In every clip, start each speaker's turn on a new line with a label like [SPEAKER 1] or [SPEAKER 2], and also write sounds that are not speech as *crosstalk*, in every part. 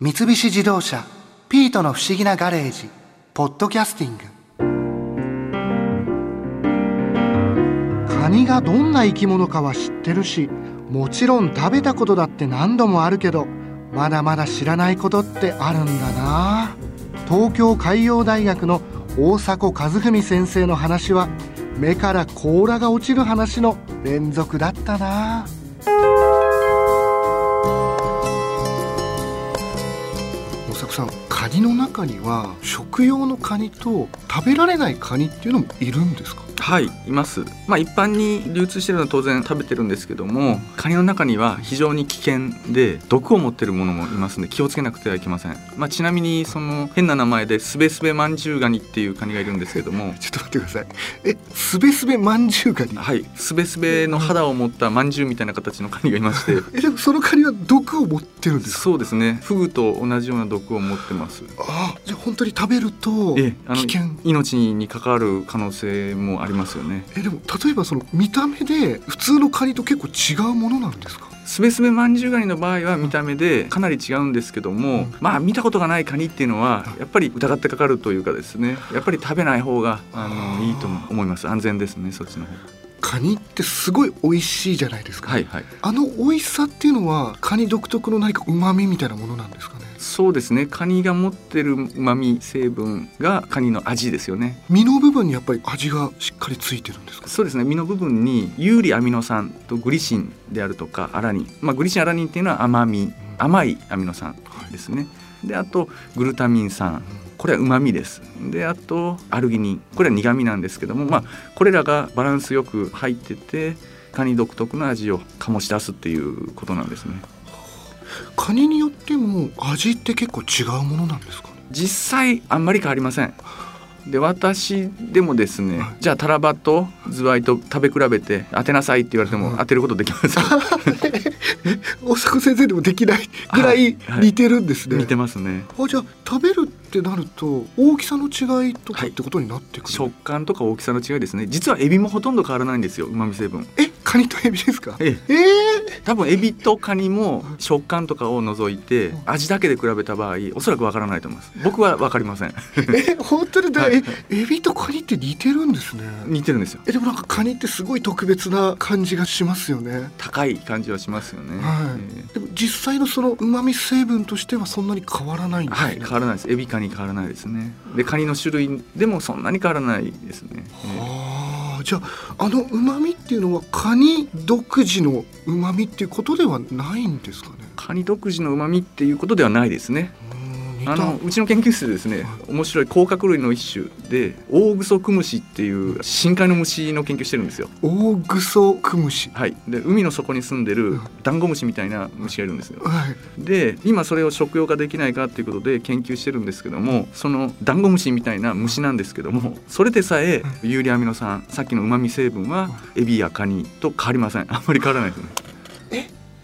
[SPEAKER 1] 三菱自動車「ピートの不思議なガレージ」「ポッドキャスティング」カニがどんな生き物かは知ってるしもちろん食べたことだって何度もあるけどまだまだ知らないことってあるんだな東京海洋大学の大迫和文先生の話は目から甲羅が落ちる話の連続だったな大迫さんカニの中には食用のカニと食べられないカニっていうのもいるんですか
[SPEAKER 2] はいいますまあ一般に流通してるのは当然食べてるんですけどもカニの中には非常に危険で毒を持ってるものもいますので気をつけなくてはいけません、まあ、ちなみにその変な名前でスベスベまんじゅうガニっていうカニがいるんですけども
[SPEAKER 1] ちょっと待ってくださいえすべすべまんじゅうカニ
[SPEAKER 2] はいスベスベの肌を持ったまんじゅうみたいな形のカニがいまして
[SPEAKER 1] *laughs* えでもそのカニは毒を持ってるんですか
[SPEAKER 2] そうですねフグと同じような毒を持ってます
[SPEAKER 1] ああじゃあ本当に食べると
[SPEAKER 2] ええ
[SPEAKER 1] 危
[SPEAKER 2] あの
[SPEAKER 1] 険
[SPEAKER 2] 命に関わる可能性もありますよね
[SPEAKER 1] えでも例えばその見た目で普通のカニと結構違うものなんですか
[SPEAKER 2] スベスベまんじゅうガニの場合は見た目でかなり違うんですけども、まあ見たことがないカニっていうのはやっぱり疑ってかかるというかですねやっぱり食べない方があのいいと思います安全ですねそっちの方
[SPEAKER 1] カニってすごい美味しいじゃないですか、
[SPEAKER 2] はいはい
[SPEAKER 1] あの美味しさっていうのはカニ独特の何か旨味みたいなものなんですかね
[SPEAKER 2] そうですねカニが持ってる旨味成分がカニの味ですよね
[SPEAKER 1] 身の部分にやっぱり味がしっかりついてるんですか
[SPEAKER 2] そうですね身の部分に有利アミノ酸とグリシンであるとかアラニン、まあ、グリシンアラニンっていうのは甘み甘いアミノ酸ですねであとグルタミン酸これは旨味ですであとアルギニンこれは苦味なんですけども、まあ、これらがバランスよく入っててカニ独特の味を醸し出すっていうことなんですね
[SPEAKER 1] カニによっても味って結構違うものなんですかね
[SPEAKER 2] 実際あんまり変わりませんで私でもですね、
[SPEAKER 1] はい
[SPEAKER 2] じゃあタラバとズワイと食べ比べて当てなさいって言われて
[SPEAKER 1] う
[SPEAKER 2] も
[SPEAKER 1] ん
[SPEAKER 2] 当てることできません、
[SPEAKER 1] 大迫先生でもできないぐらい
[SPEAKER 2] はいはい
[SPEAKER 1] 似てるんですね、
[SPEAKER 2] 似てますね
[SPEAKER 1] あじゃあ食べるってなると大きさの違いとかってことになってくる、
[SPEAKER 2] 食感とか大きさの違いですね実はエビもほとんど変わらないんですよ旨味成分
[SPEAKER 1] えカニとエビですか
[SPEAKER 2] ええ
[SPEAKER 1] ええ
[SPEAKER 2] 多分エビとカニも食感とかを除いて味だけで比べた場合おそらくわからないと思います僕はわかりません
[SPEAKER 1] え本当にだ、
[SPEAKER 2] はい
[SPEAKER 1] えエビとカニって似てるんですね
[SPEAKER 2] 似てるんですよ
[SPEAKER 1] えでもなんかカニってすごい特別な感じがしますよね
[SPEAKER 2] 高い感じはしますよね、
[SPEAKER 1] はい
[SPEAKER 2] え
[SPEAKER 1] でも実際のその旨味成分としてはそんなに変わらないん
[SPEAKER 2] ー
[SPEAKER 1] ですね、
[SPEAKER 2] はい変わらないですエビカニ変わらないですねでカニの種類でもそんなに変わらないですね、えー
[SPEAKER 1] あーじゃああの旨味っていうのはカニ独自の旨味っていうことではないんですかね
[SPEAKER 2] カニ独自の旨味っていうことではないですね
[SPEAKER 1] うーん似た
[SPEAKER 2] あのうちの研究室でですね面白い甲殻類の一種でオオグソクムシっていう深海の虫の研究してるんですよ
[SPEAKER 1] 大グソクムシ
[SPEAKER 2] はいで海の底に住んで
[SPEAKER 1] う
[SPEAKER 2] る
[SPEAKER 1] ん
[SPEAKER 2] ダンゴムシみたいな虫がいるんですよ
[SPEAKER 1] はい
[SPEAKER 2] で今それを食用化できないかっていうことで研究してるんですけどもそのダンゴムシみたいな虫なんですけどもそれでさえ有利アミノ酸さっきのうまみ成分はエビやカニと変わりませんあんまり変わらないですね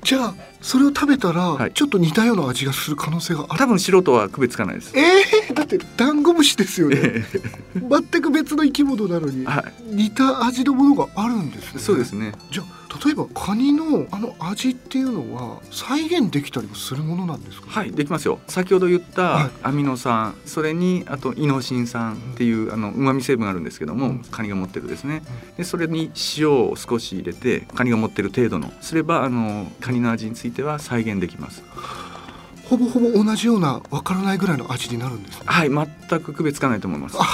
[SPEAKER 1] じゃあそれを食べたら、
[SPEAKER 2] はい
[SPEAKER 1] ちょっと似たような味がする可能性がある
[SPEAKER 2] 多分素人は区別つかないです
[SPEAKER 1] えー、だってダンゴムシですよね全く別の生き物なのに
[SPEAKER 2] は
[SPEAKER 1] 似た味のものがあるんですね
[SPEAKER 2] いそうですね
[SPEAKER 1] じゃあ例えばカニのあの味っていうのは再現できたりもするものなんですか、
[SPEAKER 2] はいできますよ先ほど言っ
[SPEAKER 1] はい
[SPEAKER 2] たアミノ酸、それにあとイノシン酸っていうあのうまみ成分があるんですけども、
[SPEAKER 1] うん
[SPEAKER 2] カニが持ってるですねでそれに塩を少し入れてカニが持ってる程度のすればあのカニの味については再現できます
[SPEAKER 1] ほぼほぼ同じようなわからないぐらいの味になるんですね
[SPEAKER 2] はい全く区別つかないと思います
[SPEAKER 1] あ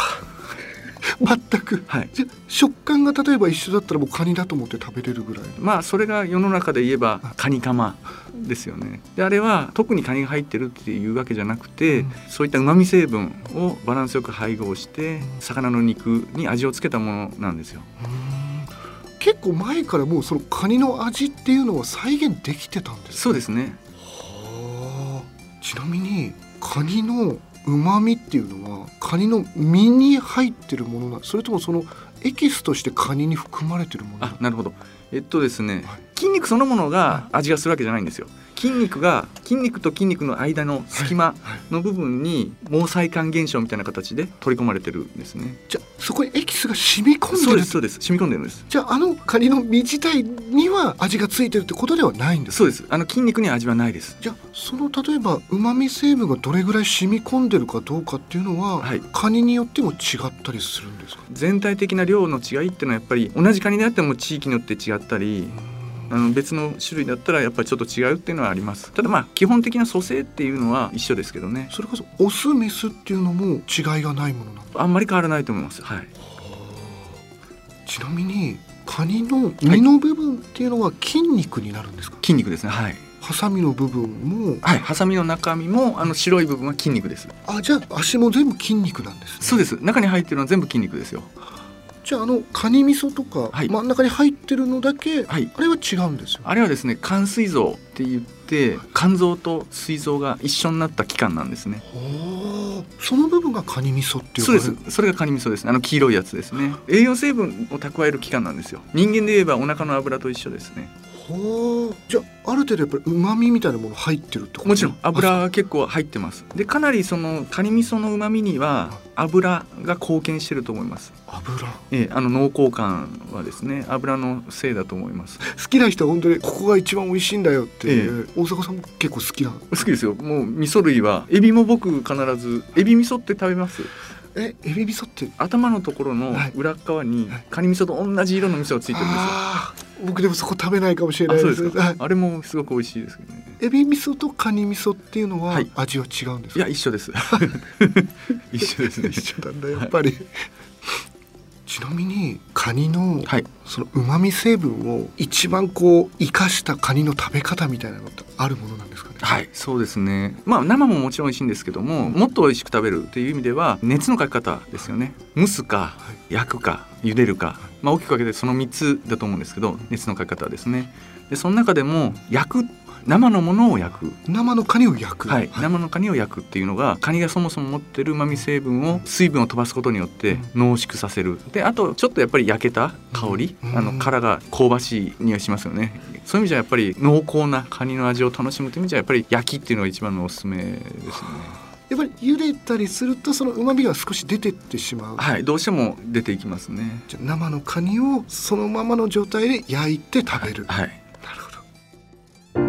[SPEAKER 1] 全く
[SPEAKER 2] はい
[SPEAKER 1] じゃあ食感が例えば一緒だったらもうカニだと思って食べれるぐらい
[SPEAKER 2] まあそれが世の中で言えばカニカマですよねであれは特にカニが入ってるっていうわけじゃなくて、
[SPEAKER 1] うん
[SPEAKER 2] そういったうまみ成分をバランスよく配合して魚の肉に味をつけたものなんですよ
[SPEAKER 1] 結構前からもうそのカニの味っていうのは再現できてたんです
[SPEAKER 2] そうですね
[SPEAKER 1] はあちなみにカニのうまみっていうのはカニの身に入ってるものなそれともそのエキスとしてカニに含まれてるものな
[SPEAKER 2] あなるほどえっとですね
[SPEAKER 1] はい
[SPEAKER 2] 筋肉そのものが味がするわけじゃないんですよ筋肉が筋肉と筋肉の間の隙間
[SPEAKER 1] はい
[SPEAKER 2] の部分に毛細管現象みたいな形で取り込まれてるんですね
[SPEAKER 1] じゃあそこにエキスが染み込ん
[SPEAKER 2] そう
[SPEAKER 1] で
[SPEAKER 2] で
[SPEAKER 1] る
[SPEAKER 2] すそうです染み込んでるんです
[SPEAKER 1] じゃああのカニの身自体には味がついてるってことではないんです
[SPEAKER 2] そうですあの筋肉には味はないです
[SPEAKER 1] じゃあその例えばうまみ成分がどれぐらい染み込んでるかどうかっていうのは、
[SPEAKER 2] はい
[SPEAKER 1] カニによっても違ったりするんですか
[SPEAKER 2] 全体的な量の違いっていうのはやっぱり同じカニであっても地域によって違ったりあの別の種類だったらやっぱりちょっと違うっていうのはありますただまあ基本的な蘇生っていうのは一緒ですけどね
[SPEAKER 1] それこそオスメスっていうのも違いがないものなんだ
[SPEAKER 2] あんまり変わらないと思いますはい
[SPEAKER 1] ちなみにカニの身の部分っていうのは筋肉になるんですか、
[SPEAKER 2] 筋肉ですねはい
[SPEAKER 1] ハサミの部分も
[SPEAKER 2] はいハサミの中身もあの白い部分は筋肉です
[SPEAKER 1] あじゃあ足も全部筋肉なんですね
[SPEAKER 2] そうです中に入ってるのは全部筋肉ですよ
[SPEAKER 1] じゃああのカニ味噌とか、
[SPEAKER 2] はい
[SPEAKER 1] 真ん中に入ってるのだけ、
[SPEAKER 2] はい
[SPEAKER 1] あれは違うんですよ
[SPEAKER 2] あれはですね肝膵臓って言って肝臓と膵臓が一緒になった器官なんですね
[SPEAKER 1] おーその部分がカニ味噌っていう
[SPEAKER 2] そうですそれがカニ味噌ですねあの黄色いやつですね栄養成分を蓄える器官なんですよ人間で言えばお腹の油と一緒ですね
[SPEAKER 1] ほーじゃあある程度やっぱりうまみみたいなもの入ってるってこと
[SPEAKER 2] もちろん油
[SPEAKER 1] あ
[SPEAKER 2] は結構入ってますでかなりそのカニ味噌のうまみには油が貢献してると思います
[SPEAKER 1] 油好
[SPEAKER 2] ええあの濃厚感はですね油のせいだと思います
[SPEAKER 1] きな人は本当にここが一番美味しいんだよっていう、大阪さんも結構好きな
[SPEAKER 2] 好きですよもう味噌類はエビも僕必ずエビ味噌って食べます
[SPEAKER 1] えエビ味噌って
[SPEAKER 2] 頭のところの
[SPEAKER 1] はい
[SPEAKER 2] 裏っ側に
[SPEAKER 1] はい
[SPEAKER 2] カニ味噌と同じ色の味噌がついてるんですよ
[SPEAKER 1] あー僕でもそこ食べないかもしれな
[SPEAKER 2] あ
[SPEAKER 1] い
[SPEAKER 2] そう
[SPEAKER 1] で
[SPEAKER 2] ですす
[SPEAKER 1] は
[SPEAKER 2] か
[SPEAKER 1] い
[SPEAKER 2] あれもすごく美味しいですけどね
[SPEAKER 1] エビ味噌とカニ味噌っていうのは
[SPEAKER 2] はい
[SPEAKER 1] 味は違うんです
[SPEAKER 2] い
[SPEAKER 1] か、
[SPEAKER 2] や一緒です
[SPEAKER 1] *laughs*
[SPEAKER 2] 一緒ですね
[SPEAKER 1] 一緒なんだやっぱり、ちなみにカニの
[SPEAKER 2] はい
[SPEAKER 1] そのうまみ成分を一番こう生かしたカニの食べ方みたいなのってあるものなんですかね
[SPEAKER 2] はいそうですねまあ生ももちろん美味しいんですけどももっと美味しく食べるっていう意味では熱のかけ方ですよね蒸すか
[SPEAKER 1] はい
[SPEAKER 2] 焼くか茹でるか、まあ、大きく分けてその3つだと思うんですけど熱のかけ方ですねでその中でも焼く生のものを焼く
[SPEAKER 1] 生のカニを焼く、
[SPEAKER 2] はい、生のカニを焼くっていうのがカニがそもそも持ってるうまみ成分を水分を飛ばすことによって濃縮させるであとちょっとやっぱり焼けた香り、
[SPEAKER 1] うん
[SPEAKER 2] あの殻が香ばしい匂いしますよねそういう意味じゃやっぱり濃厚なカニの味を楽しむという意味じゃやっぱり焼きっていうのが一番のおすすめですね
[SPEAKER 1] やっぱり茹でたりするとその旨味が少し出てってしまう、
[SPEAKER 2] はいどうしても出ていきますね
[SPEAKER 1] じゃあ生のカニをそのままの状態で焼いて食べる、
[SPEAKER 2] はい
[SPEAKER 1] なるほど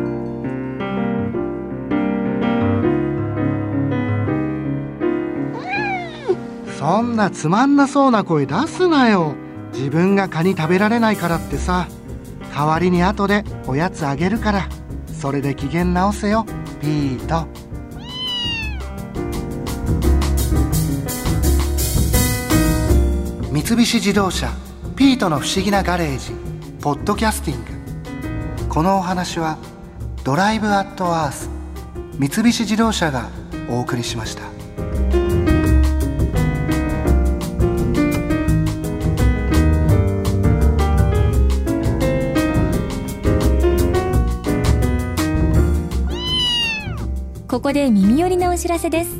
[SPEAKER 1] そんなつまんなそうな声出すなよ自分がカニ食べられないからってさ代わりに後でおやつあげるからそれで機嫌直せよピート三菱自動車ピートの不思議なガレージポッドキャスティングこのお話はドライブアットアース三菱自動車がお送りしました
[SPEAKER 3] ここで耳寄りなお知らせです